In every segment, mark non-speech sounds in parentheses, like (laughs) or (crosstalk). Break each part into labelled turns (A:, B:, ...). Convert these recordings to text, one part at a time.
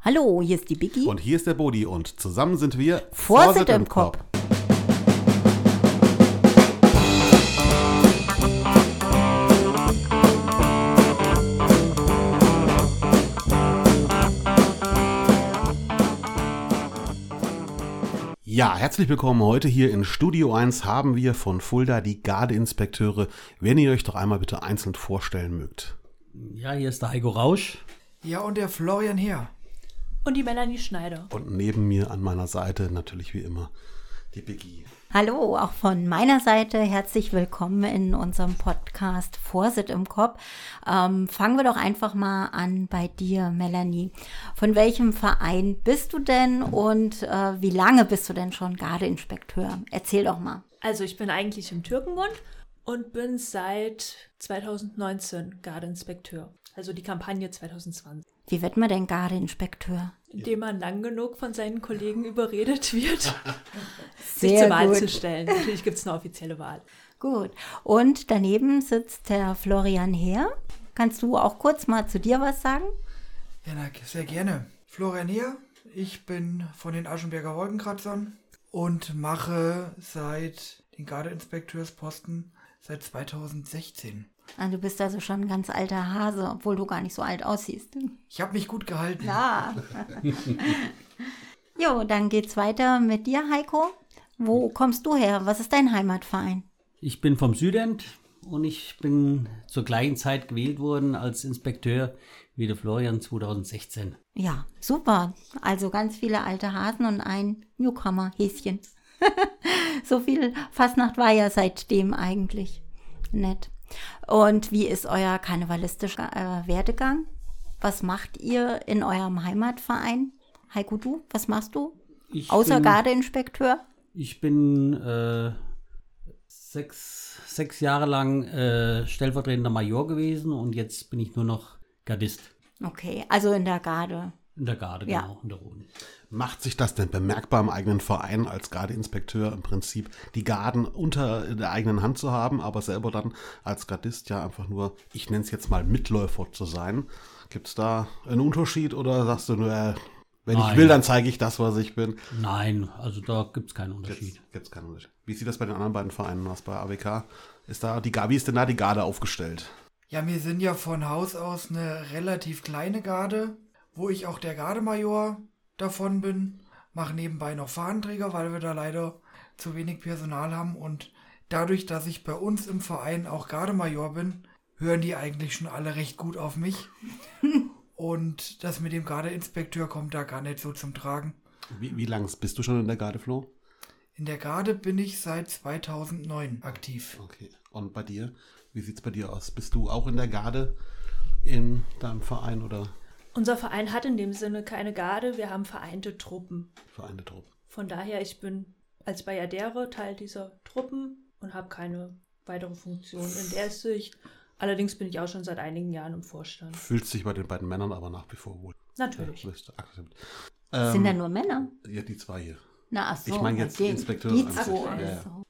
A: Hallo, hier ist die Biggie.
B: Und hier ist der Bodi und zusammen sind wir
A: Vorsit im Kopf.
B: Ja, herzlich willkommen. Heute hier in Studio 1 haben wir von Fulda die Gardeinspekteure. Wenn ihr euch doch einmal bitte einzeln vorstellen mögt.
C: Ja, hier ist der Heiko Rausch.
D: Ja, und der Florian Heer.
E: Und die Melanie Schneider.
B: Und neben mir an meiner Seite natürlich wie immer die Biggie.
A: Hallo, auch von meiner Seite herzlich willkommen in unserem Podcast Vorsit im Kopf. Ähm, fangen wir doch einfach mal an bei dir, Melanie. Von welchem Verein bist du denn und äh, wie lange bist du denn schon Gardeinspekteur? Erzähl doch mal.
E: Also ich bin eigentlich im Türkenbund und bin seit 2019 Gardeinspekteur. Also die Kampagne 2020.
A: Wie wird man denn Gardeinspekteur?
E: Indem man lang genug von seinen Kollegen überredet wird, sich
A: Sehr
E: zur Wahl
A: gut.
E: zu stellen. Natürlich gibt es eine offizielle Wahl.
A: Gut. Und daneben sitzt der Florian Heer. Kannst du auch kurz mal zu dir was sagen?
D: Ja, na, sehr gerne. Florian Heer, ich bin von den Aschenberger Wolkenkratzern und mache seit den Gardeinspekteursposten seit 2016.
A: Ah, du bist also schon ein ganz alter Hase, obwohl du gar nicht so alt aussiehst.
D: Ich habe mich gut gehalten.
A: Ja. jo, dann geht's weiter mit dir, Heiko. Wo kommst du her? Was ist dein Heimatverein?
C: Ich bin vom Südend und ich bin zur gleichen Zeit gewählt worden als Inspekteur wie der Florian 2016.
A: Ja, super. Also ganz viele alte Hasen und ein Newcomer-Häschen. (laughs) so viel Fastnacht war ja seitdem eigentlich. Nett. Und wie ist euer karnevalistischer äh, Werdegang? Was macht ihr in eurem Heimatverein? Heiko, du, was machst du?
C: Ich
A: Außer
C: bin,
A: Gardeinspekteur?
C: Ich bin äh, sechs, sechs Jahre lang äh, stellvertretender Major gewesen und jetzt bin ich nur noch Gardist
A: Okay, also in der Garde.
C: in der Garde,
A: Ja.
C: genau, in der Rhone.
B: Macht sich das denn bemerkbar im eigenen Verein als Gardeinspekteur im Prinzip die Garden unter der eigenen Hand zu haben, aber selber dann als Gardist ja einfach nur, ich nenne es jetzt mal Mitläufer zu sein? Gibt es da einen Unterschied oder sagst du nur, äh, wenn ich
C: Nein.
B: will, dann zeige ich das, was ich bin?
C: Nein, also da gibt es keinen Unterschied.
B: Gibt es keinen Unterschied. Wie sieht das bei den anderen beiden Vereinen aus? Bei AWK ist da die Ga- wie ist denn da die Garde aufgestellt?
D: Ja, wir sind ja von Haus aus eine relativ kleine Garde, wo ich auch der Gardemajor davon bin. Mache nebenbei noch Fahnenträger, weil wir da leider zu wenig Personal haben. Und dadurch, dass ich bei uns im Verein auch Gardemajor bin, hören die eigentlich schon alle recht gut auf mich. Und das mit dem Gardeinspekteur kommt da gar nicht so zum Tragen.
B: Wie, wie lang bist du schon in der Garde, Flo?
D: In der Garde bin ich seit 2009 aktiv.
B: Okay. Und bei dir? Wie sieht's bei dir aus? Bist du auch in der Garde in deinem Verein oder
E: Unser Verein hat in dem Sinne keine Garde, wir haben vereinte Truppen.
B: Vereine Truppe?
E: Von daher, ich bin als Bayadere Teil dieser Truppen und habe keine weitere Funktion in der Sicht. Allerdings bin ich auch schon seit einigen Jahren im Vorstand.
B: Fühlst dich bei den beiden Männern aber nach wie vor wohl.
E: Natürlich.
B: Ja, bist du akzeptiert. Ähm,
A: Sind da nur Männer?
B: Ja, die zwei hier.
A: Na, ach so.
B: Ich meine jetzt
A: die-
B: Inspekteure
A: Die
B: an
A: zwei,
E: sich, ja,
A: ach
B: ja.
A: so.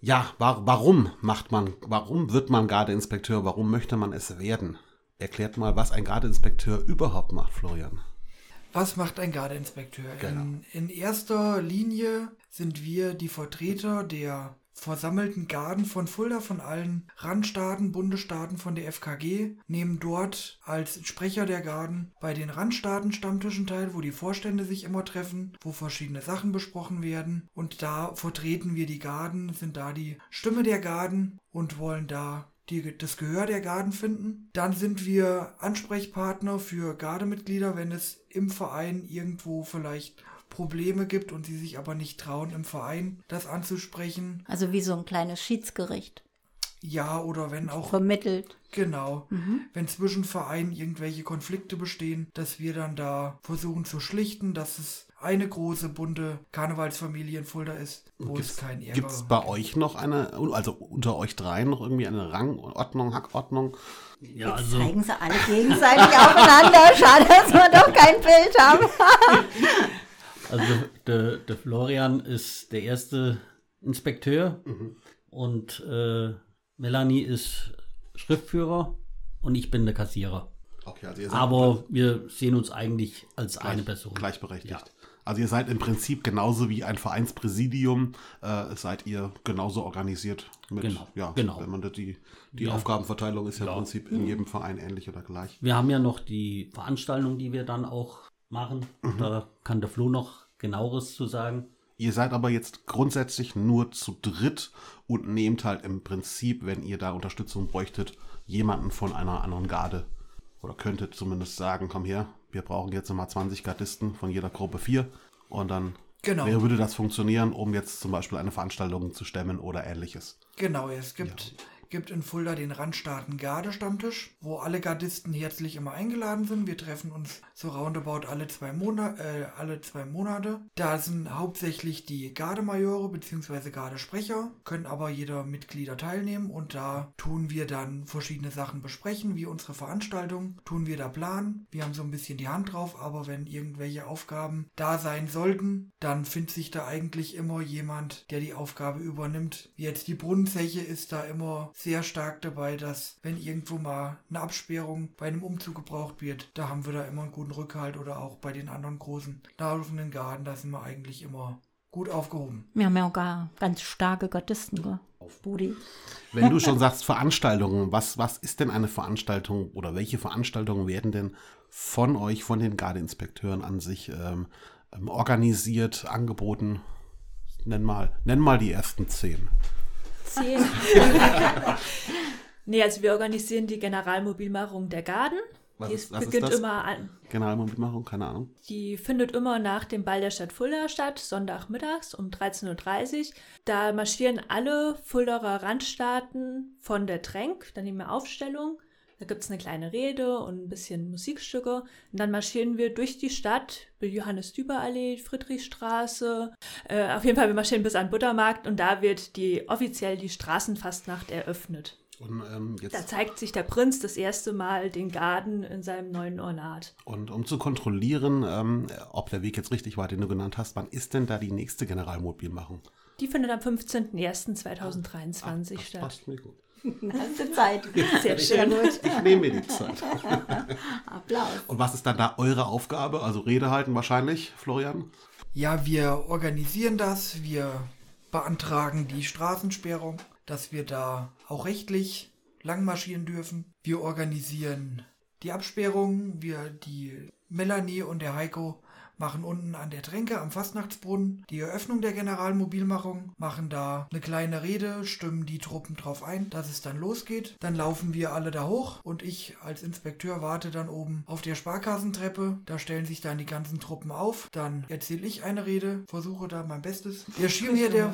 B: Ja, wa warum macht man, warum wird man Gardeinspekteur? Warum möchte man es werden? Erklärt mal, was ein Gardeinspekteur überhaupt macht, Florian.
D: Was macht ein Gardeinspekteur?
B: Genau.
D: In, in erster Linie sind wir die Vertreter der versammelten Garden von Fulda, von allen Randstaaten, Bundesstaaten von der FKG, nehmen dort als Sprecher der Garden bei den Randstaaten Stammtischen teil, wo die Vorstände sich immer treffen, wo verschiedene Sachen besprochen werden. Und da vertreten wir die Garden, sind da die Stimme der Garden und wollen da die, das Gehör der Garden finden. Dann sind wir Ansprechpartner für Gardemitglieder, wenn es im Verein irgendwo vielleicht Probleme gibt und sie sich aber nicht trauen, im Verein das anzusprechen.
A: Also wie so ein kleines Schiedsgericht.
D: Ja, oder wenn auch,
A: Vermittelt.
D: genau, wenn zwischen Vereinen irgendwelche Konflikte bestehen, dass wir dann da versuchen zu schlichten, dass es eine große, bunte Karnevalsfamilie in Fulda ist, wo es kein Ärger
B: Gibt es bei euch noch eine, also unter euch dreien noch irgendwie eine Rangordnung, Hackordnung?
C: Ja,
A: Jetzt
C: also
A: zeigen sie alle gegenseitig aufeinander. Schade, dass wir doch kein Bild haben.
C: Also der, der Florian ist der erste Inspekteur
B: Mhm.
C: und äh, Melanie ist Schriftführer und ich bin der Kassierer.
B: Okay, also ihr seid
C: Aber wir sehen uns eigentlich als eine
B: gleich-
C: Person.
B: Gleichberechtigt.
C: Ja.
B: Also ihr seid im Prinzip genauso wie ein Vereinspräsidium, äh, seid ihr genauso organisiert. Mit,
C: Genau,
B: Ja,
C: genau.
B: Wenn man da die, die
C: Ja.
B: Aufgabenverteilung ist ja
C: Ja.
B: im Prinzip in jedem Verein ähnlich oder gleich.
C: Wir haben ja noch die Veranstaltung, die wir dann auch machen.
B: Mhm.
C: Da kann der Flo noch genaueres zu sagen.
B: Ihr seid aber jetzt grundsätzlich nur zu dritt und nehmt halt im Prinzip, wenn ihr da Unterstützung bräuchtet, jemanden von einer anderen Garde. Oder könntet zumindest sagen, komm her, wir brauchen jetzt nochmal 20 Gardisten von jeder Gruppe 4. Und dann
D: Genau.
B: wäre- würde das funktionieren, um jetzt zum Beispiel eine Veranstaltung zu stemmen oder ähnliches.
D: Genau, es gibt, gibt in Fulda den Randstaaten Gardestammtisch, wo alle Gardisten herzlich immer eingeladen sind. Wir treffen uns so roundabout alle zwei, Mona äh, alle zwei Monate. Da sind hauptsächlich die Gardemajore bzw. Gardesprecher, können aber jeder Mitglieder teilnehmen und da tun wir dann verschiedene Sachen besprechen, wie unsere Veranstaltung, tun wir da planen. Wir haben so ein bisschen die Hand drauf, aber wenn irgendwelche Aufgaben da sein sollten, dann findet sich da eigentlich immer jemand, der die Aufgabe übernimmt. Jetzt die Brunnenzeche ist da immer sehr stark dabei, dass wenn irgendwo mal eine Absperrung bei einem Umzug gebraucht wird, da haben wir da immer einen guten Rückhalt oder auch bei den anderen großen laufenden Garten, da sind wir eigentlich immer gut aufgehoben.
A: Wir haben ja auch gar ganz starke Gottisten, gell? Budi.
B: Wenn du schon sagst Veranstaltungen, was, was ist denn eine Veranstaltung oder welche Veranstaltungen werden denn von euch, von den Gardeinspekteuren an sich ähm, ähm, organisiert, angeboten? Nenn mal, nenn mal die ersten zehn. (laughs)
E: Zehn. nee, also wir organisieren die Generalmobilmachung der Garden.
B: Was
E: die
B: ist- was ist
E: beginnt
B: das?
E: immer an.
B: Generalmobilmachung, keine Ahnung.
E: Die findet immer nach dem Ball der Stadt Fulda statt, Sonntagmittags um 13.30 Uhr. Da marschieren alle Fuldaer Randstaaten von der Tränk, da nehmen wir Aufstellung. Da gibt es eine kleine Rede und ein bisschen Musikstücke. Und dann marschieren wir durch die Stadt, die Johannes-Düber-Allee, Friedrichstraße. Äh, auf jeden Fall, wir marschieren bis an Buttermarkt und da wird die offiziell die Straßenfastnacht eröffnet.
B: Und, ähm,
E: Da
B: jetzt,
E: zeigt sich der Prinz das erste Mal den Garten in seinem neuen Ornat.
B: und um zu kontrollieren, ähm, ob der Weg jetzt richtig war, den du genannt hast, wann ist denn da die nächste Generalmobilmachung?
E: Die findet am 15.01.2023 statt.
B: mir gut.
A: Hast du Zeit?
E: Sehr schön.
B: Ich nehme mir die Zeit.
A: Applaus.
B: Und was ist dann da eure Aufgabe? Also Rede halten wahrscheinlich, Florian?
D: Ja, wir organisieren das, wir beantragen die Straßensperrung, dass wir da auch rechtlich lang marschieren dürfen. Wir organisieren die Absperrung, wir die Melanie und der Heiko machen unten an der Tränke am Fastnachtsbrunnen die Eröffnung der Generalmobilmachung, machen da eine kleine Rede, stimmen die Truppen drauf ein, dass es dann losgeht. Dann laufen wir alle da hoch und ich als Inspekteur warte dann oben auf der Sparkassentreppe. Da stellen sich dann die ganzen Truppen auf. Dann erzähle ich eine Rede, versuche da mein Bestes. Der Schirmherr der,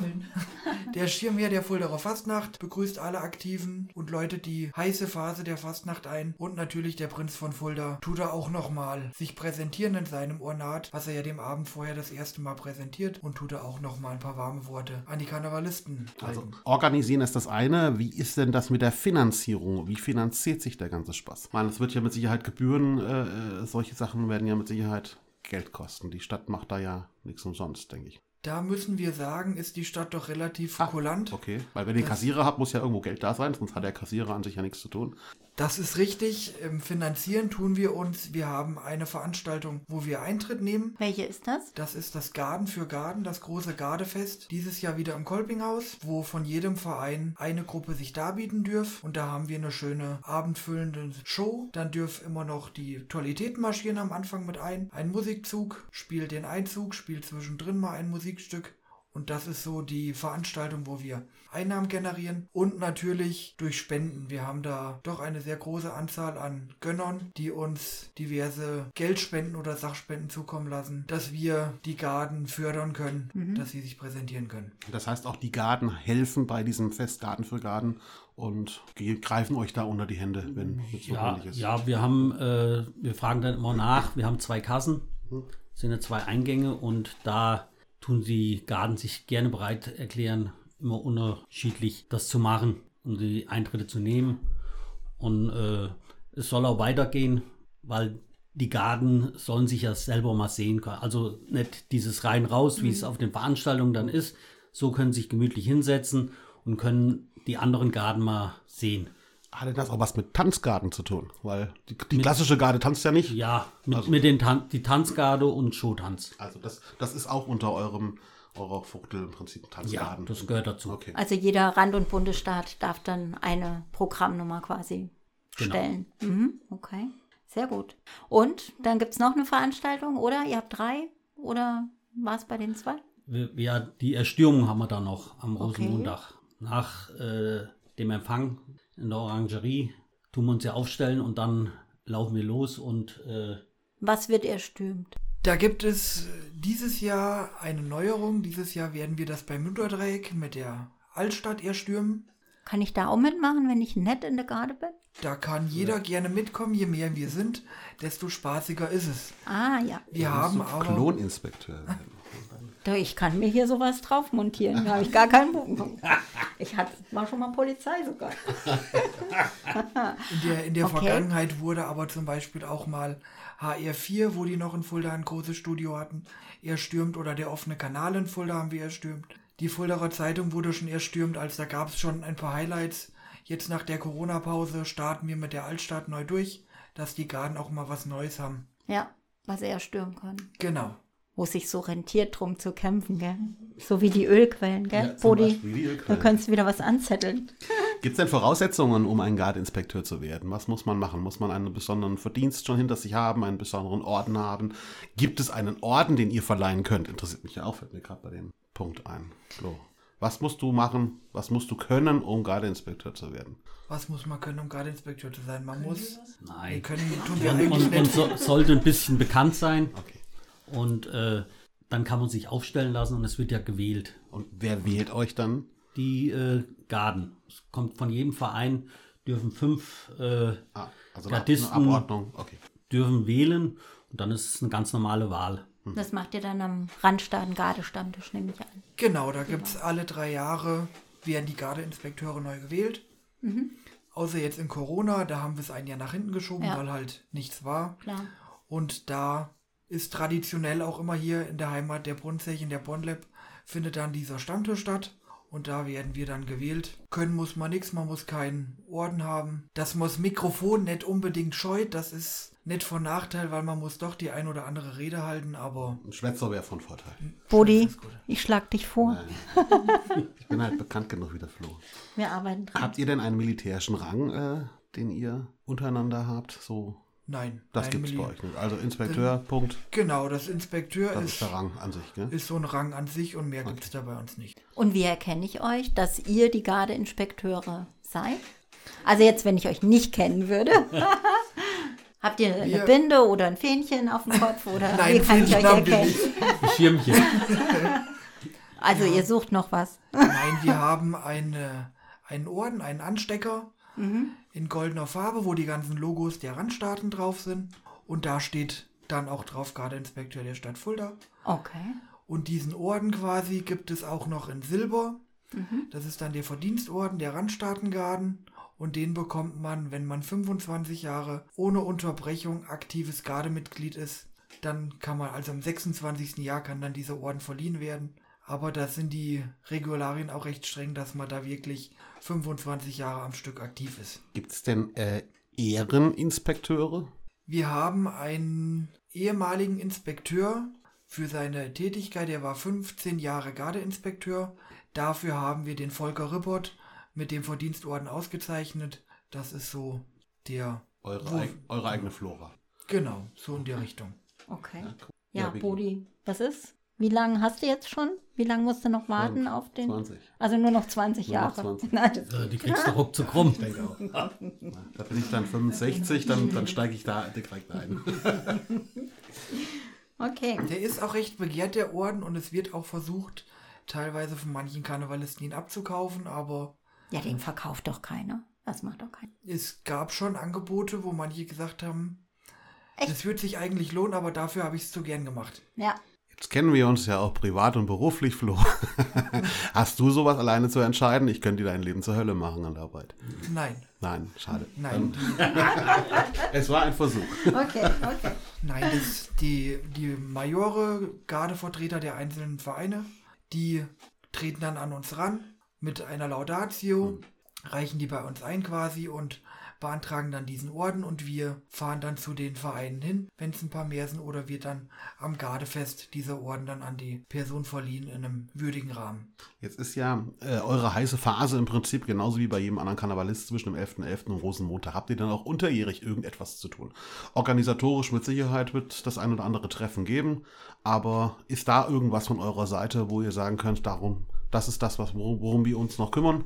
D: der Schirmherr der Fuldaer Fastnacht begrüßt alle Aktiven und läutet die heiße Phase der Fastnacht ein. Und natürlich der Prinz von Fulda tut er auch nochmal sich präsentieren in seinem Ornat, was er ja dem Abend vorher das erste Mal präsentiert und tut er auch nochmal ein paar warme Worte an die Karnevalisten.
B: Also
D: halten.
B: organisieren ist das eine. Wie ist denn das mit der Finanzierung? Wie finanziert sich der ganze Spaß? Ich meine, es wird ja mit Sicherheit Gebühren, äh, äh, solche Sachen werden ja mit Sicherheit Geld kosten. Die Stadt macht da ja nichts umsonst, denke ich.
D: Da müssen wir sagen, ist die Stadt doch relativ
B: Ah,
D: kulant.
B: Okay. Weil wenn ihr Kassierer habt, muss ja irgendwo Geld da sein, sonst hat der Kassierer an sich ja nichts zu tun.
D: Das ist richtig. Im Finanzieren tun wir uns. Wir haben eine Veranstaltung, wo wir Eintritt nehmen.
A: Welche ist das?
D: Das ist das Garden für Garden, das große Gardefest. Dieses Jahr wieder im Kolpinghaus, wo von jedem Verein eine Gruppe sich darbieten dürft. Und da haben wir eine schöne abendfüllende Show. Dann dürfen immer noch die Toiletäten marschieren am Anfang mit ein. Ein Musikzug spielt den Einzug, spielt zwischendrin mal ein Musikstück. Und das ist so die Veranstaltung, wo wir Einnahmen generieren und natürlich durch Spenden. Wir haben da doch eine sehr große Anzahl an Gönnern, die uns diverse Geldspenden oder Sachspenden zukommen lassen, dass wir die Garden fördern können, dass sie sich präsentieren können.
B: Das heißt, auch die Garden helfen bei diesem Fest Garten für Garten und ge- greifen euch da unter die Hände, wenn es
C: Ja,
B: notwendig ist.
C: ja wir haben, äh, wir fragen dann immer nach. Wir haben zwei Kassen, sind ja zwei Eingänge und da tun die Garden sich gerne bereit erklären, immer unterschiedlich das zu machen und die Eintritte zu nehmen. Und äh, es soll auch weitergehen, weil die Garden sollen sich ja selber mal sehen können. Also nicht dieses rein raus, wie es auf den Veranstaltungen dann ist. So können sie sich gemütlich hinsetzen und können die anderen Garden mal sehen.
B: Hat denn das auch was mit Tanzgarten zu tun? Weil die, die klassische Garde tanzt ja nicht.
C: Ja, mit,
B: Also-
C: mit den Tan die Tanzgarde und Showtanz.
B: Also das, das ist auch unter eurem eurer Fuchtel im Prinzip ein
C: Ja,
B: Tanzgarten.
C: das gehört dazu.
B: okay.
A: Also jeder Rand- und Bundesstaat darf dann eine Programmnummer quasi
C: Genau.
A: stellen. Mhm, okay, sehr gut. Und dann gibt es noch eine Veranstaltung, oder? Ihr habt drei oder war es bei den zwei?
C: Wir, wir, die Erstürmung haben wir da noch am Rosenmontag. Nach äh, dem Empfang in der Orangerie tun wir uns ja aufstellen und dann laufen wir los und äh,
A: Was wird erstürmt?
D: Da gibt es äh, dieses Jahr eine Neuerung. Dieses Jahr werden wir das beim Münterdreieck mit der Altstadt erstürmen.
A: Kann ich da auch mitmachen, wenn ich nett in der Garde bin?
D: Da kann jeder gerne mitkommen. Je mehr wir sind, desto spaßiger ist es.
A: Ah ja,
D: Wir haben aber.
B: Kloninspekteur. werden.
A: Doch, ich kann mir hier sowas drauf montieren. Da habe ich gar keinen Bogen. (laughs) Ich hatte war schon mal Polizei sogar.
D: In der, in der
A: Okay.
D: Vergangenheit wurde aber zum Beispiel auch mal HR4, wo die noch in Fulda ein großes Studio hatten, erstürmt oder der offene Kanal in Fulda haben wir erstürmt. Die Fuldaer Zeitung wurde schon erstürmt, als da gab es schon ein paar Highlights. Jetzt nach der Corona-Pause starten wir mit der Altstadt neu durch, dass die Garden auch mal was Neues haben.
A: Ja, was er stürmen kann.
D: Genau.
A: Wo es sich so rentiert, drum zu kämpfen, gell? So wie die Ölquellen, gell?
B: Ja, zum
A: Bodi,
B: Beispiel die
A: da
B: Ölquellen.
A: könntest du wieder was anzetteln.
B: Gibt es denn Voraussetzungen, um ein Gardeinspekteur zu werden? Was muss man machen? Muss man einen besonderen Verdienst schon hinter sich haben, einen besonderen Orden haben? Gibt es einen Orden, den ihr verleihen könnt? Interessiert mich ja auch, fällt mir gerade bei dem Punkt ein. Flo. Was musst du machen? Was musst du können, um Gardeinspekteur zu werden?
D: Was muss man können, um Gardinspekteur zu sein? Man muss. Wir
C: nein.
D: können, tun wir
C: Und,
D: eigentlich
C: und, und
D: nicht.
C: so, sollte ein bisschen bekannt sein
B: Okay.
C: und äh, dann kann man sich aufstellen lassen und es wird ja gewählt.
B: Und wer wählt euch dann?
C: Die äh, Garden. Es kommt von jedem Verein, dürfen fünf äh,
B: Ah, also eine Ab-
C: Gardisten.
B: eine Abordnung. Okay.
C: dürfen wählen und dann ist es eine ganz normale Wahl.
A: Das macht ihr dann am Randstaden Gardestammtisch, nehme ich an.
D: Genau, da gibt es alle drei Jahre, werden die Gardeinspekteure neu gewählt. Außer jetzt in Corona, da haben wir es ein Jahr nach hinten geschoben,
A: Ja.
D: weil halt nichts war.
A: Klar.
D: Und da ist traditionell auch immer hier in der Heimat der Brunnzech, in der Bonlab, findet dann dieser Stammtisch statt. Und da werden wir dann gewählt. Können muss man nichts, man muss keinen Orden haben. Dass man das Mikrofon nicht unbedingt scheut, das ist nicht von Nachteil, weil man muss doch die ein oder andere Rede halten, aber
B: Ein Schwätzer wäre von Vorteil.
A: Bodi, ich schlag dich vor.
B: Ich bin halt bekannt genug wie der Flo.
A: Wir arbeiten dran.
B: Habt ihr denn einen militärischen Rang, äh, den ihr untereinander habt? So,
D: nein.
B: das
D: nein,
B: gibt es bei
D: Milli-
B: euch nicht. Also Inspekteur, Punkt.
D: Genau, das Inspekteur
B: Das
D: ist,
B: ist der Rang an sich, gell?
D: ist so ein Rang an sich und mehr gibt's da bei uns nicht.
A: Und wie erkenne ich euch, dass ihr die Gardeinspekteure seid? Also jetzt, wenn ich euch nicht kennen
D: (laughs)
A: würde. Habt ihr eine
D: Wir-
A: Binde oder ein Fähnchen auf dem Kopf? Oder
D: (laughs) Nein,
A: wie kann ich
D: Fähnchen
A: euch
D: haben wir
A: erkennen?
C: Ein Schirmchen.
A: Also ihr sucht noch was.
D: Nein, wir haben eine, einen Orden, einen Anstecker in goldener Farbe, wo die ganzen Logos der Randstaaten drauf sind. Und da steht dann auch drauf Gardeinspekteur der Stadt Fulda.
A: Okay.
D: Und diesen Orden quasi gibt es auch noch in Silber. Das ist dann der Verdienstorden der Randstaatengarden. Und den bekommt man, wenn man 25 Jahre ohne Unterbrechung aktives Gardemitglied ist. Dann kann man, also am 26. Jahr kann dann dieser Orden verliehen werden. Aber da sind die Regularien auch recht streng, dass man da wirklich 25 Jahre am Stück aktiv ist.
B: Gibt es denn äh, Ehreninspekteure?
D: Wir haben einen ehemaligen Inspekteur für seine Tätigkeit. Er war 15 Jahre Gardeinspekteur. Dafür haben wir den Volker Rippert mit dem Verdienstorden ausgezeichnet. Das ist so der.
B: Eure,
D: Wo-
B: eig- eure eigene Flora.
D: Genau, so in die Richtung.
A: Okay.
B: Ja,
A: Ja,
B: Vicky.
A: Bodi, was ist? Wie lange hast du jetzt schon? Wie lange musst du noch warten auf den?
B: 20.
A: Also nur noch 20
B: Nur noch
A: Jahre. (laughs)
B: 20.
A: Nein, das
C: Äh,
E: Genau.
A: geht.
C: Die kriegst du ruckzuck rum.
B: Da bin ich dann 65, dann, dann steige ich da direkt (laughs) ein.
A: Okay.
D: Der ist auch recht begehrt, der Orden, und es wird auch versucht, teilweise von manchen Karnevalisten ihn abzukaufen, aber
A: Ja, den verkauft doch keiner. Das macht doch keiner.
D: es gab schon Angebote, wo manche gesagt haben,
A: Echt?
D: das wird sich eigentlich lohnen, aber dafür habe ich es zu gern gemacht.
A: Ja.
B: Jetzt kennen wir uns ja auch privat und beruflich, Flo. (laughs) Hast du sowas alleine zu entscheiden? Ich könnte dir dein Leben zur Hölle machen an der Arbeit.
D: Nein,
B: Nein, schade.
D: nein.
B: Es war ein Versuch.
A: Okay, okay.
D: Nein, das, die, die Majore, Gardevertreter der einzelnen Vereine, die treten dann an uns ran mit einer Laudatio. reichen die bei uns ein quasi und beantragen dann diesen Orden und wir fahren dann zu den Vereinen hin, wenn es ein paar mehr sind oder wird dann am Gardefest dieser Orden dann an die Person verliehen in einem würdigen Rahmen.
B: Jetzt ist ja äh, eure heiße Phase im Prinzip genauso wie bei jedem anderen Karnevalist zwischen dem 11.11. und Rosenmontag. Habt ihr dann auch unterjährig irgendetwas zu tun? Organisatorisch mit Sicherheit wird das ein oder andere Treffen geben, aber ist da irgendwas von eurer Seite, wo ihr sagen könnt, darum, das ist das, was, worum, worum wir uns noch kümmern?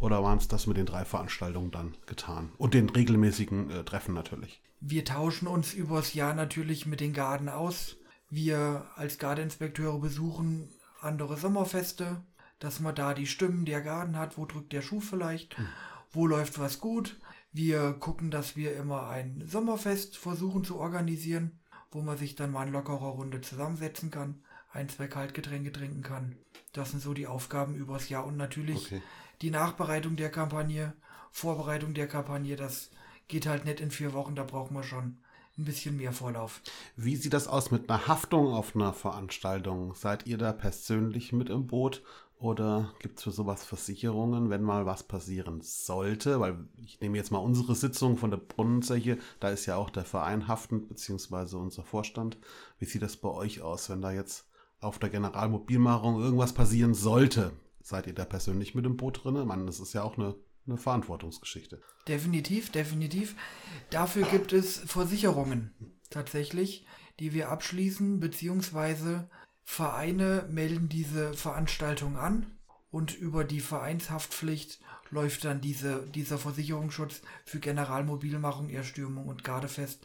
B: Oder waren es das mit den drei Veranstaltungen dann getan? Und den regelmäßigen äh, Treffen natürlich.
D: Wir tauschen uns übers Jahr natürlich mit den Garden aus. Wir als Gardeinspekteure besuchen andere Sommerfeste, dass man da die Stimmen der Garden hat, wo drückt der Schuh vielleicht, wo läuft was gut. Wir gucken, dass wir immer ein Sommerfest versuchen zu organisieren, wo man sich dann mal in lockerer Runde zusammensetzen kann, ein, zwei Kaltgetränke trinken kann. Das sind so die Aufgaben übers Jahr und natürlich
B: Okay.
D: die Nachbereitung der Kampagne, Vorbereitung der Kampagne, das geht halt nicht in vier Wochen, da braucht man schon ein bisschen mehr Vorlauf.
B: Wie sieht das aus mit einer Haftung auf einer Veranstaltung? Seid ihr da persönlich mit im Boot? Oder gibt es für sowas Versicherungen, wenn mal was passieren sollte? Weil ich nehme jetzt mal unsere Sitzung von der Brunnenzeche, da ist ja auch der Verein haftend, beziehungsweise unser Vorstand. Wie sieht das bei euch aus, wenn da jetzt auf der Generalmobilmachung irgendwas passieren sollte? Seid ihr da persönlich mit im Boot drin? Mann, das ist ja auch eine, eine Verantwortungsgeschichte.
D: Definitiv, definitiv. Dafür gibt es Versicherungen tatsächlich, die wir abschließen, beziehungsweise Vereine melden diese Veranstaltung an und über die Vereinshaftpflicht läuft dann diese, dieser Versicherungsschutz für Generalmobilmachung, Erstürmung und Gardefest.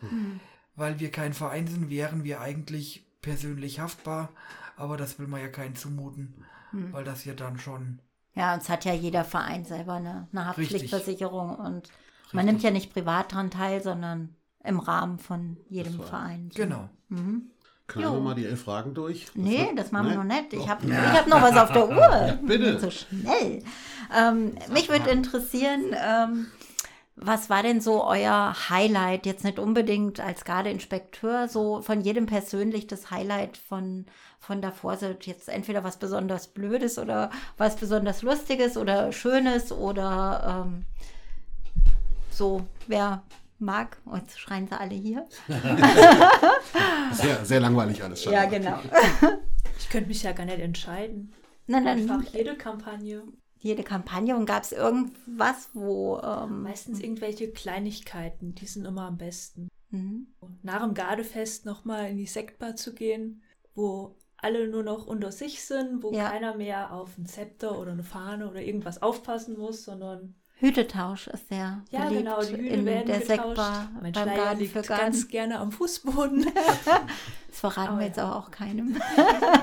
D: Weil wir kein Verein sind, wären wir eigentlich persönlich haftbar, aber das will man ja keinen zumuten, weil das ja dann schon
A: Ja, und es hat ja jeder Verein selber eine, eine
D: Richtig.
A: Haftpflichtversicherung und man
D: Richtig.
A: nimmt ja nicht privat dran teil, sondern im Rahmen von jedem
B: Das war-
A: Verein.
D: genau.
A: Mhm.
B: Knallen wir
A: Jo.
B: mal die elf Fragen durch? Das
A: Nee,
B: wird-
A: das machen wir
B: Nee?
A: noch nicht. Ich
B: Doch.
A: habe ich hab noch was auf
B: (laughs)
A: der Uhr.
B: bitte.
A: So schnell. Ähm, mich würde interessieren, ähm, was war denn so euer Highlight? Jetzt nicht unbedingt als Gardeinspekteur, so von jedem persönlich das Highlight von, von der Vorsicht. Jetzt entweder was besonders Blödes oder was besonders Lustiges oder Schönes oder ähm, so. Wer mag? Oh, Jetzt schreien sie alle hier.
B: Sehr, sehr langweilig alles.
A: Ja,
B: scheinbar.
A: genau.
E: Ich könnte mich ja gar nicht entscheiden.
A: Nein,
E: Einfach
A: dann
E: jede Kampagne.
A: jede Kampagne und gab es irgendwas, wo. Ähm,
E: Meistens irgendwelche Kleinigkeiten, die sind immer am besten.
A: mhm.
E: Und nach dem Gardefest nochmal in die Sektbar zu gehen, wo alle nur noch unter sich sind, wo
A: Ja.
E: keiner mehr auf ein Zepter oder eine Fahne oder irgendwas aufpassen muss, sondern
A: Hütetausch ist sehr
E: ja
A: beliebt
E: genau, die Hühner
A: in
E: werden
A: der
E: getauscht.
A: Sektbar
E: mein
A: beim
E: Schleier
A: Garten
E: liegt
A: für Garten.
E: ganz gerne am Fußboden. (laughs)
A: das verraten
E: Oh,
A: wir
E: ja.
A: jetzt aber auch keinem.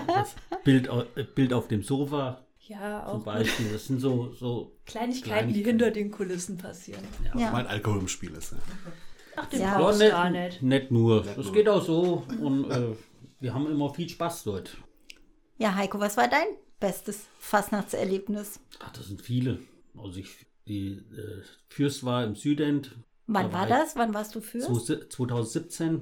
C: Das Bild, au- äh, Bild auf dem Sofa
E: ja,
C: zum
E: auch
C: Beispiel. Das sind so, so
E: Kleinigkeiten, die
C: Kleinigkeiten.
E: hinter den Kulissen passieren.
B: Ja,
A: Ja.
B: Weil Alkohol im Spiel ist. ne? Ja.
E: Ach, den
A: Ja.
E: ja, brauchst du gar nicht.
C: nicht nur.
B: nur.
C: Das geht auch so. Und äh, wir haben immer viel Spaß dort.
A: Ja, Heiko, was war dein bestes Fastnachtserlebnis?
C: Ach, das sind viele. Also ich, die äh, Fürst war im Südend.
A: Wann
C: Da
A: war
C: ich
A: das? Wann warst du für?
C: 2017.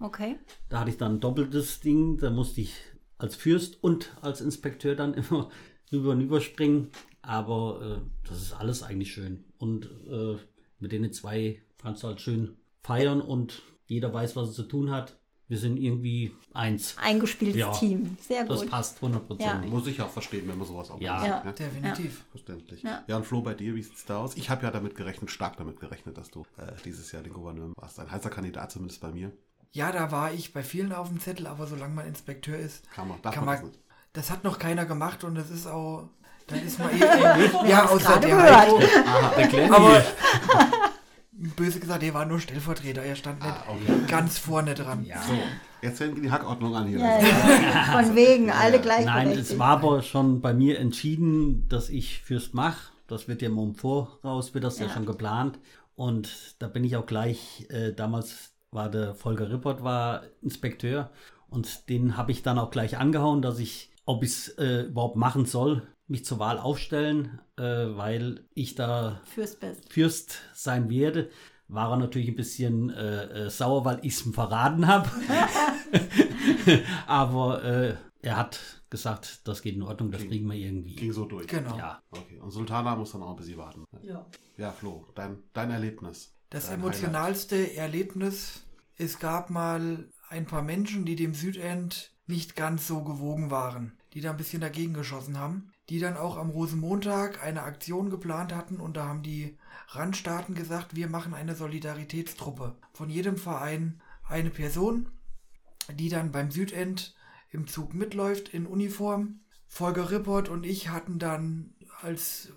A: Okay.
C: Da hatte ich dann ein doppeltes Ding. Da musste ich als Fürst und als Inspekteur dann (laughs) immer rüber und überspringen. Aber äh, das ist alles eigentlich schön. Und äh, mit denen zwei kannst du halt schön feiern und jeder weiß, was er zu tun hat. Wir sind irgendwie eins.
A: Eingespieltes
C: Ja,
A: Team. Sehr
C: Das
A: gut.
C: passt hundertprozentig.
B: Muss ich auch verstehen, wenn man sowas auch ne?
C: Ja.
A: Ja.
D: Definitiv.
B: Verständlich. Ja.
A: Ja.
B: und Flo, bei dir, wie sieht es da aus? Ich habe ja damit gerechnet, stark damit gerechnet, dass du äh, dieses Jahr den Gouverneur warst. Ein heißer Kandidat, zumindest bei mir.
D: Ja, da war ich bei vielen auf dem Zettel, aber solange man Inspekteur ist,
B: Kann man, darf
D: Kann
B: man
D: man-
B: das nicht.
D: das hat noch keiner gemacht und das ist auch, dann ist man
A: (laughs)
D: eh, ja, außer
A: gerade
D: der
A: gehört.
D: Heiko,
C: Ah, der Glenn
D: aber
C: hier.
D: böse gesagt, der war nur Stellvertreter, er stand nicht
B: Ah, okay.
D: ganz vorne dran.
C: Ja.
B: So, jetzt fängt die Hackordnung an hier.
A: Ja, ja. Von wegen, alle
B: Ja.
A: gleich.
C: Nein, es war aber schon bei mir entschieden, dass ich Fürst mache. Das wird ja immer im Voraus, wird das ja,
A: Ja.
C: schon geplant. Und da bin ich auch gleich, äh, damals war der Volker Rippert, war Inspekteur. Und den habe ich dann auch gleich angehauen, dass ich, ob ich es äh, überhaupt machen soll, mich zur Wahl aufstellen, äh, weil ich da
A: Fürs Best.
C: Fürst sein werde, war er natürlich ein
A: (laughs)
C: bisschen äh, äh, sauer, weil ich es ihm verraten habe. (laughs) Aber äh, er hat gesagt, das geht in Ordnung, das
B: Ging-
C: kriegen wir irgendwie.
B: Ging so durch.
D: Genau.
C: Ja,
B: Okay. Und Sultana muss dann auch ein bisschen warten.
E: Ja.
B: Ja, Flo, dein, dein Erlebnis.
D: Das
B: Dein
D: emotionalste Erlebnis, es gab mal ein paar Menschen, die dem Südend nicht ganz so gewogen waren, die da ein bisschen dagegen geschossen haben, die dann auch am Rosenmontag eine Aktion geplant hatten und da haben die Randstaaten gesagt, wir machen eine Solidaritätstruppe. Von jedem Verein eine Person, die dann beim Südend im Zug mitläuft in Uniform. Volker Rippert und ich hatten dann als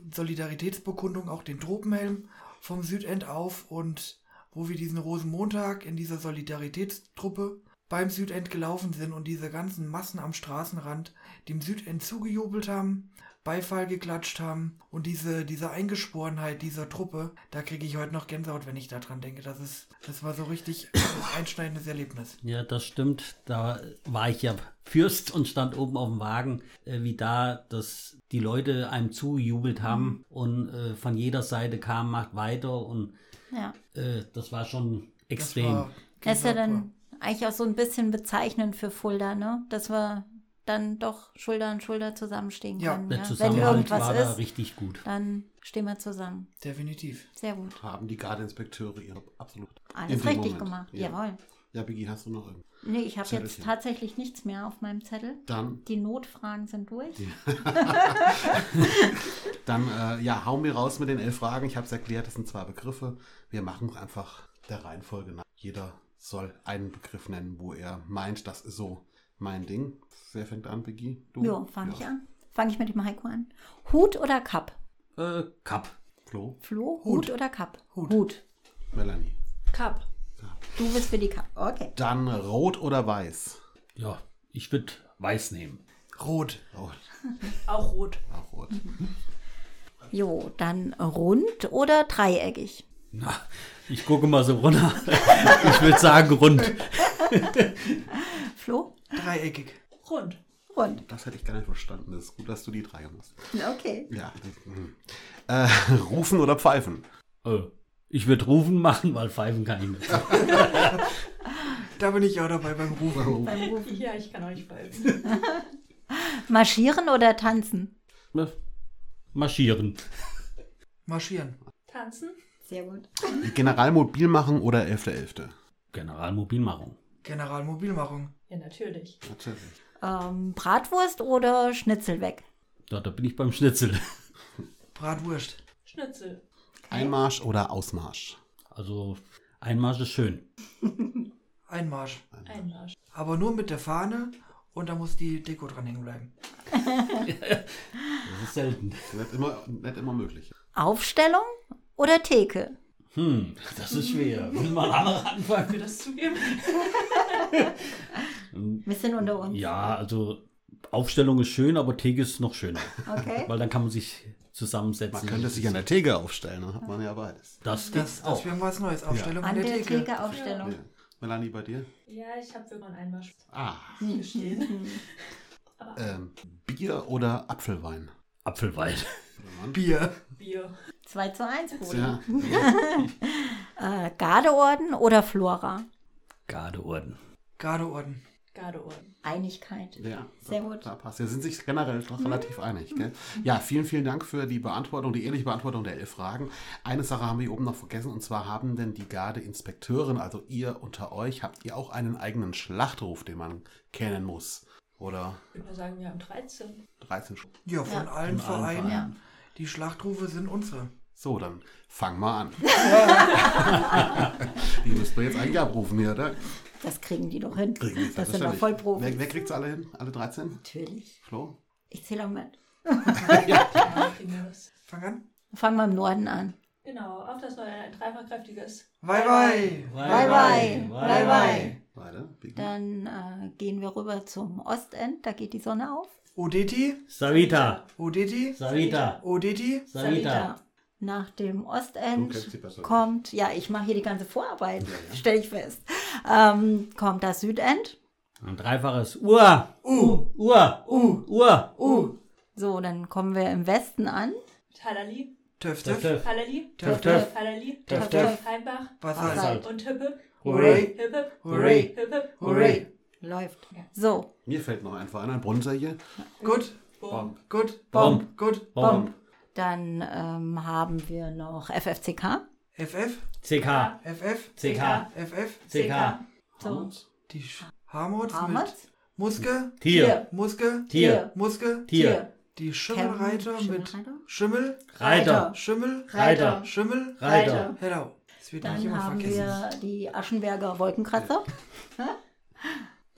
D: Solidaritätsbekundung auch den Tropenhelm vom Südend auf und wo wir diesen Rosenmontag in dieser Solidaritätstruppe beim Südend gelaufen sind und diese ganzen Massen am Straßenrand dem Südend zugejubelt haben, Beifall geklatscht haben und diese, diese Eingesporenheit dieser Truppe, da kriege ich heute noch Gänsehaut, wenn ich daran denke. Das ist, das war so richtig ein einschneidendes Erlebnis.
C: ja, das stimmt. Da war ich ja Fürst und stand oben auf dem Wagen, äh, wie da das, die Leute einem zugejubelt
B: Mhm.
C: haben und äh, von jeder Seite kam, macht weiter und
A: Ja.
C: äh, das war schon
D: Das
C: extrem.
D: war
A: Das ist ja
D: Gänsehaut
A: dann eigentlich auch so ein bisschen bezeichnend für Fulda, ne? Dass wir dann doch Schulter an Schulter zusammenstehen
D: Ja.
A: können.
C: Der
A: Ja. Wenn
C: Zusammenhalt
A: irgendwas
C: war da
A: ist,
C: richtig gut.
A: dann stehen wir zusammen.
D: Definitiv.
A: Sehr gut.
B: Haben die Gardeinspekteure ihre absolut. in
A: Alles
B: dem
A: richtig
B: Moment.
A: gemacht.
B: Ja.
A: Jawohl.
B: Ja, Biggie, hast du noch irgendwas?
A: Nee, ich habe jetzt
B: Zettelchen.
A: tatsächlich nichts mehr auf meinem Zettel.
B: Dann,
A: Die Notfragen sind durch.
B: dann äh, ja, hau mir raus mit den elf Fragen. Ich habe es erklärt, das sind zwei Begriffe. Wir machen es einfach der Reihenfolge nach. Jeder soll einen Begriff nennen, wo er meint, das ist so mein Ding. Wer fängt an, Biggie? Du?
A: Jo, fange ich an. Fange ich mit dem Heiko an. Hut oder Cup?
C: Äh, Cup.
B: Flo,
A: Flo, Hut,
D: Hut.
A: oder Cup?
D: Hut.
B: Melanie.
E: Cup.
A: Du bist für die Cup. Okay.
B: Dann rot oder weiß?
C: Ja, ich würde weiß nehmen.
D: Rot.
B: Rot,
E: Auch rot.
B: auch rot.
A: Jo, dann rund oder dreieckig?
C: Na, ich gucke mal so runter. (laughs) Ich würde sagen rund.
A: Flo?
D: Dreieckig.
E: Rund.
A: Rund.
B: Das hätte ich gar nicht verstanden. Das ist gut, dass du die drei machst.
A: Okay.
B: Ja. mhm. Äh, (laughs) rufen oder pfeifen?
C: Äh, ich würde rufen machen, weil pfeifen kann ich nicht.
D: Da bin ich auch dabei beim Rufen.
A: Beim Rufen.
E: Ja, ich kann euch beißen.
A: Marschieren oder tanzen?
C: Ne? Marschieren.
D: Marschieren.
E: Tanzen.
A: Sehr gut.
B: General mobil machen oder 11.11.?
C: Generalmobilmachung.
D: Generalmobilmachung.
E: Ja, natürlich.
B: Natürlich.
A: Ähm, Bratwurst oder Schnitzel weg?
C: Ja, da bin ich beim Schnitzel.
D: Bratwurst.
E: Schnitzel.
B: Einmarsch oder Ausmarsch?
C: Also Einmarsch ist schön.
D: Einmarsch.
E: Einmarsch.
D: Aber nur mit der Fahne und da muss die Deko dran hängen bleiben.
C: Das ist selten.
B: Nicht immer, nicht immer möglich.
A: Aufstellung oder Theke?
C: Hm, das ist schwer. Will mal andere anfangen.
E: Will das zugeben?
A: Wir sind unter uns.
C: Ja, also Aufstellung ist schön, aber Theke ist noch schöner.
A: Okay.
C: Weil dann kann man sich zusammensetzen.
B: Man könnte sich an der Theke aufstellen, dann hat man ja beides.
C: Das,
D: Das,
C: das auch.
D: das wäre was Neues. Aufstellung
A: An
D: in der
A: der
D: Theke.
A: Theke Aufstellung.
B: Ja. Melanie, bei dir?
E: Ja, ich habe immer einen Einmarsch
B: Ah.
E: Hm. gestehen.
B: Ähm, Bier oder Apfelwein?
C: Apfelwein.
D: Bier.
E: Bier.
A: 2 zu 1, Bruder.
B: Ja.
A: Äh, Gardeorden oder Flora?
C: Gardeorden.
D: Gardeorden.
E: Gardeohren.
A: Einigkeit.
B: Ja,
A: Sehr
B: da,
A: gut.
B: Da passt. Wir sind sich generell doch relativ einig. Gell? Ja, vielen, vielen Dank für die Beantwortung, die ehrliche Beantwortung der elf Fragen. Eine Sache haben wir hier oben noch vergessen und zwar haben denn die Gardeinspekteurin, also ihr unter euch, habt ihr auch einen eigenen Schlachtruf, den man kennen muss? Oder
E: Ich würde mal sagen, wir haben 13.
B: 13 Sch-
D: Ja, von
A: Ja.
D: allen
C: Von allen
D: Vereinen.
A: Vereinen.
D: Die Schlachtrufe sind unsere.
B: So, dann fang mal an. die müsst ihr jetzt eigentlich abrufen hier, oder?
A: Das kriegen die doch hin.
B: Kriegen die
A: das sind doch
B: selbstverständlich.
A: Vollprofis.
B: Wer, wer kriegt sie alle hin? Alle 13?
A: Natürlich.
B: Flo?
A: Ich zähle auch mit.
E: Ja, kriegen wir das.
D: Fang an.
A: Fangen wir im Norden an.
E: Genau, auf das neue ein dreifachkräftiges.
D: Bye bye.
A: Bye, bye. Bye, bye.
B: Beide? Biggie?
A: Dann äh, gehen wir rüber zum Ostend. Da geht die Sonne auf.
D: Odeti.
C: Savita.
D: Odeti.
C: Savita.
D: Odeti.
C: Savita.
A: Nach dem
B: Du kennst die
A: Ostend
B: besser.
A: kommt, ja, ich mache hier die ganze Vorarbeit, stelle ich fest, ähm, kommt das Südend.
C: Ein dreifaches Uhr. U. Uhr. U. Uhr.
D: Uh.
A: So, dann kommen wir im Westen an.
E: Talali.
D: Töff,
C: Töff,
D: töff.
C: töff.
E: Talali.
D: Töff,
C: töff.
E: Talali.
D: Töff,
A: töff.
E: Heimbach.
D: Was heißt?
A: Wasser.
E: Und Hüppe.
D: Hooray.
E: Hüppe.
D: Hooray.
E: Hüppe.
D: Hooray.
A: Läuft. So,
B: Mir fällt noch ein Verein ein, Bronzer hier.
D: Gut,
B: Bomb.
D: gut,
C: Bomb.
D: gut.
C: Bomb.
A: dann ähm, haben wir noch FFCK.
D: FF,
C: CK.
D: FF,
C: CK.
D: FF.
C: CK.
A: So.
D: Die Sch-
A: Ah.
D: Harmots mit
A: Armut.
D: Muske,
C: Tier.
D: Muske,
C: Tier.
D: Muske.
C: Tier.
D: Die Schimmelreiter
A: Kevin,
D: mit
A: Schimmelreiter?
D: Schimmel,
C: Reiter.
D: Schimmel,
C: Reiter.
D: Schimmel.
C: Reiter.
D: Hello. Das wird nicht
A: Dann
D: immer
A: haben
D: vergessen.
A: wir die Aschenberger Wolkenkratzer.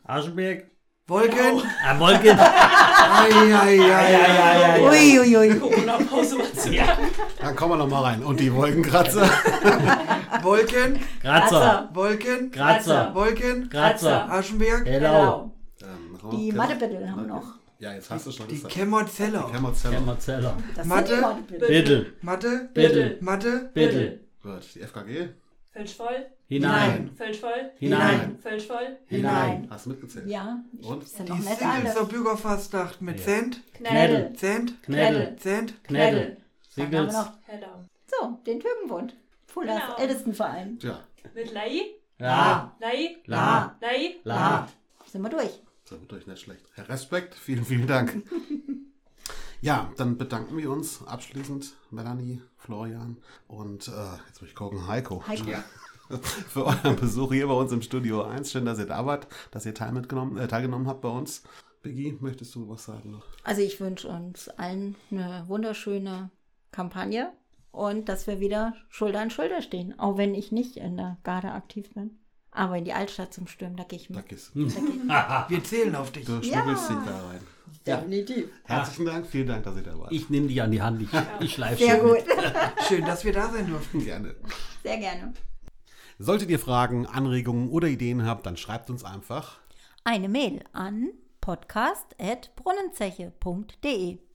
C: Aschenberg.
D: Wolken.
C: Ah, (laughs) Wolken.
D: Eieiei.
A: Uiuiui.
D: (laughs)
A: Ui, ui.
E: Corona-Pause war zu Ende.
B: Dann kommen wir noch mal rein. Und die Wolkenkratzer.
D: Wolken,
C: Kratzer.
D: Wolken,
C: Kratzer.
D: Wolken,
C: Kratzer.
D: Aschenberg,
C: Hello.
B: Ähm,
A: Die Mathebittel haben wir noch.
B: Ja, jetzt hast du schon
D: die
B: gesagt.
D: Kämmerzeller.
B: Kämmerzeller.
C: Marzeller.
A: Das sind
D: Mathe?
A: die Mathebittel.
C: Bitte.
D: Mathe,
C: Bitte.
D: Mathe,
C: Bitte.
B: Gut, die FKG.
E: Fälsch voll.
C: Hinein.
E: Fälsch voll.
C: Hinein.
E: Fälsch voll.
A: Hinein.
B: Hast du mitgezählt?
A: Ja,
B: Und?
A: ich sind
D: die
A: noch nicht
D: Singles
A: alle.
D: der Bürgerfastnacht mit Cent,
C: Knädel.
D: Cent,
C: Knädel.
D: Cent,
C: Knädel.
A: Dann haben wir
C: Siegels.
A: noch,
E: Hello.
A: so, den Türkenbund. Fuldas
E: Genau.
A: Ältestenverein.
B: Tja,
E: Mit Lai.
C: La.
E: Lai.
C: La.
E: Lai.
C: La.
D: Ah.
A: Sind wir durch.
B: so wird euch nicht schlecht. Herr Respekt, vielen, vielen
A: (laughs)
B: Dank. ja, dann bedanken wir uns abschließend, Melanie, Florian und äh, jetzt muss ich gucken, Heiko.
A: Heiko.
B: (laughs) Für euren Besuch hier bei uns im Studio 1. Schön, dass ihr da wart, dass ihr teil mitgenommen, äh, teilgenommen habt bei uns. Biggie, möchtest du was sagen noch?
A: Also ich wünsche uns allen eine wunderschöne Kampagne und dass wir wieder Schulter an Schulter stehen, auch wenn ich nicht in der Garde aktiv bin. Aber in die Altstadt zum Stürmen, da gehe ich mit.
B: Danke. Du
D: Wir zählen auf dich.
B: schmuggelst dich da rein.
A: Definitiv.
B: Herzlichen Dank, vielen Dank, dass ihr da wart.
C: Ich nehme dich an die Hand. Ich, ich schleife
A: Sehr
C: schon mit.
A: gut.
D: Schön, dass wir da sein durften.
B: gerne.
A: Sehr gerne.
B: Solltet ihr Fragen, Anregungen oder Ideen habt, dann schreibt uns einfach
A: Eine Mail an podcast.brunnenzeche.de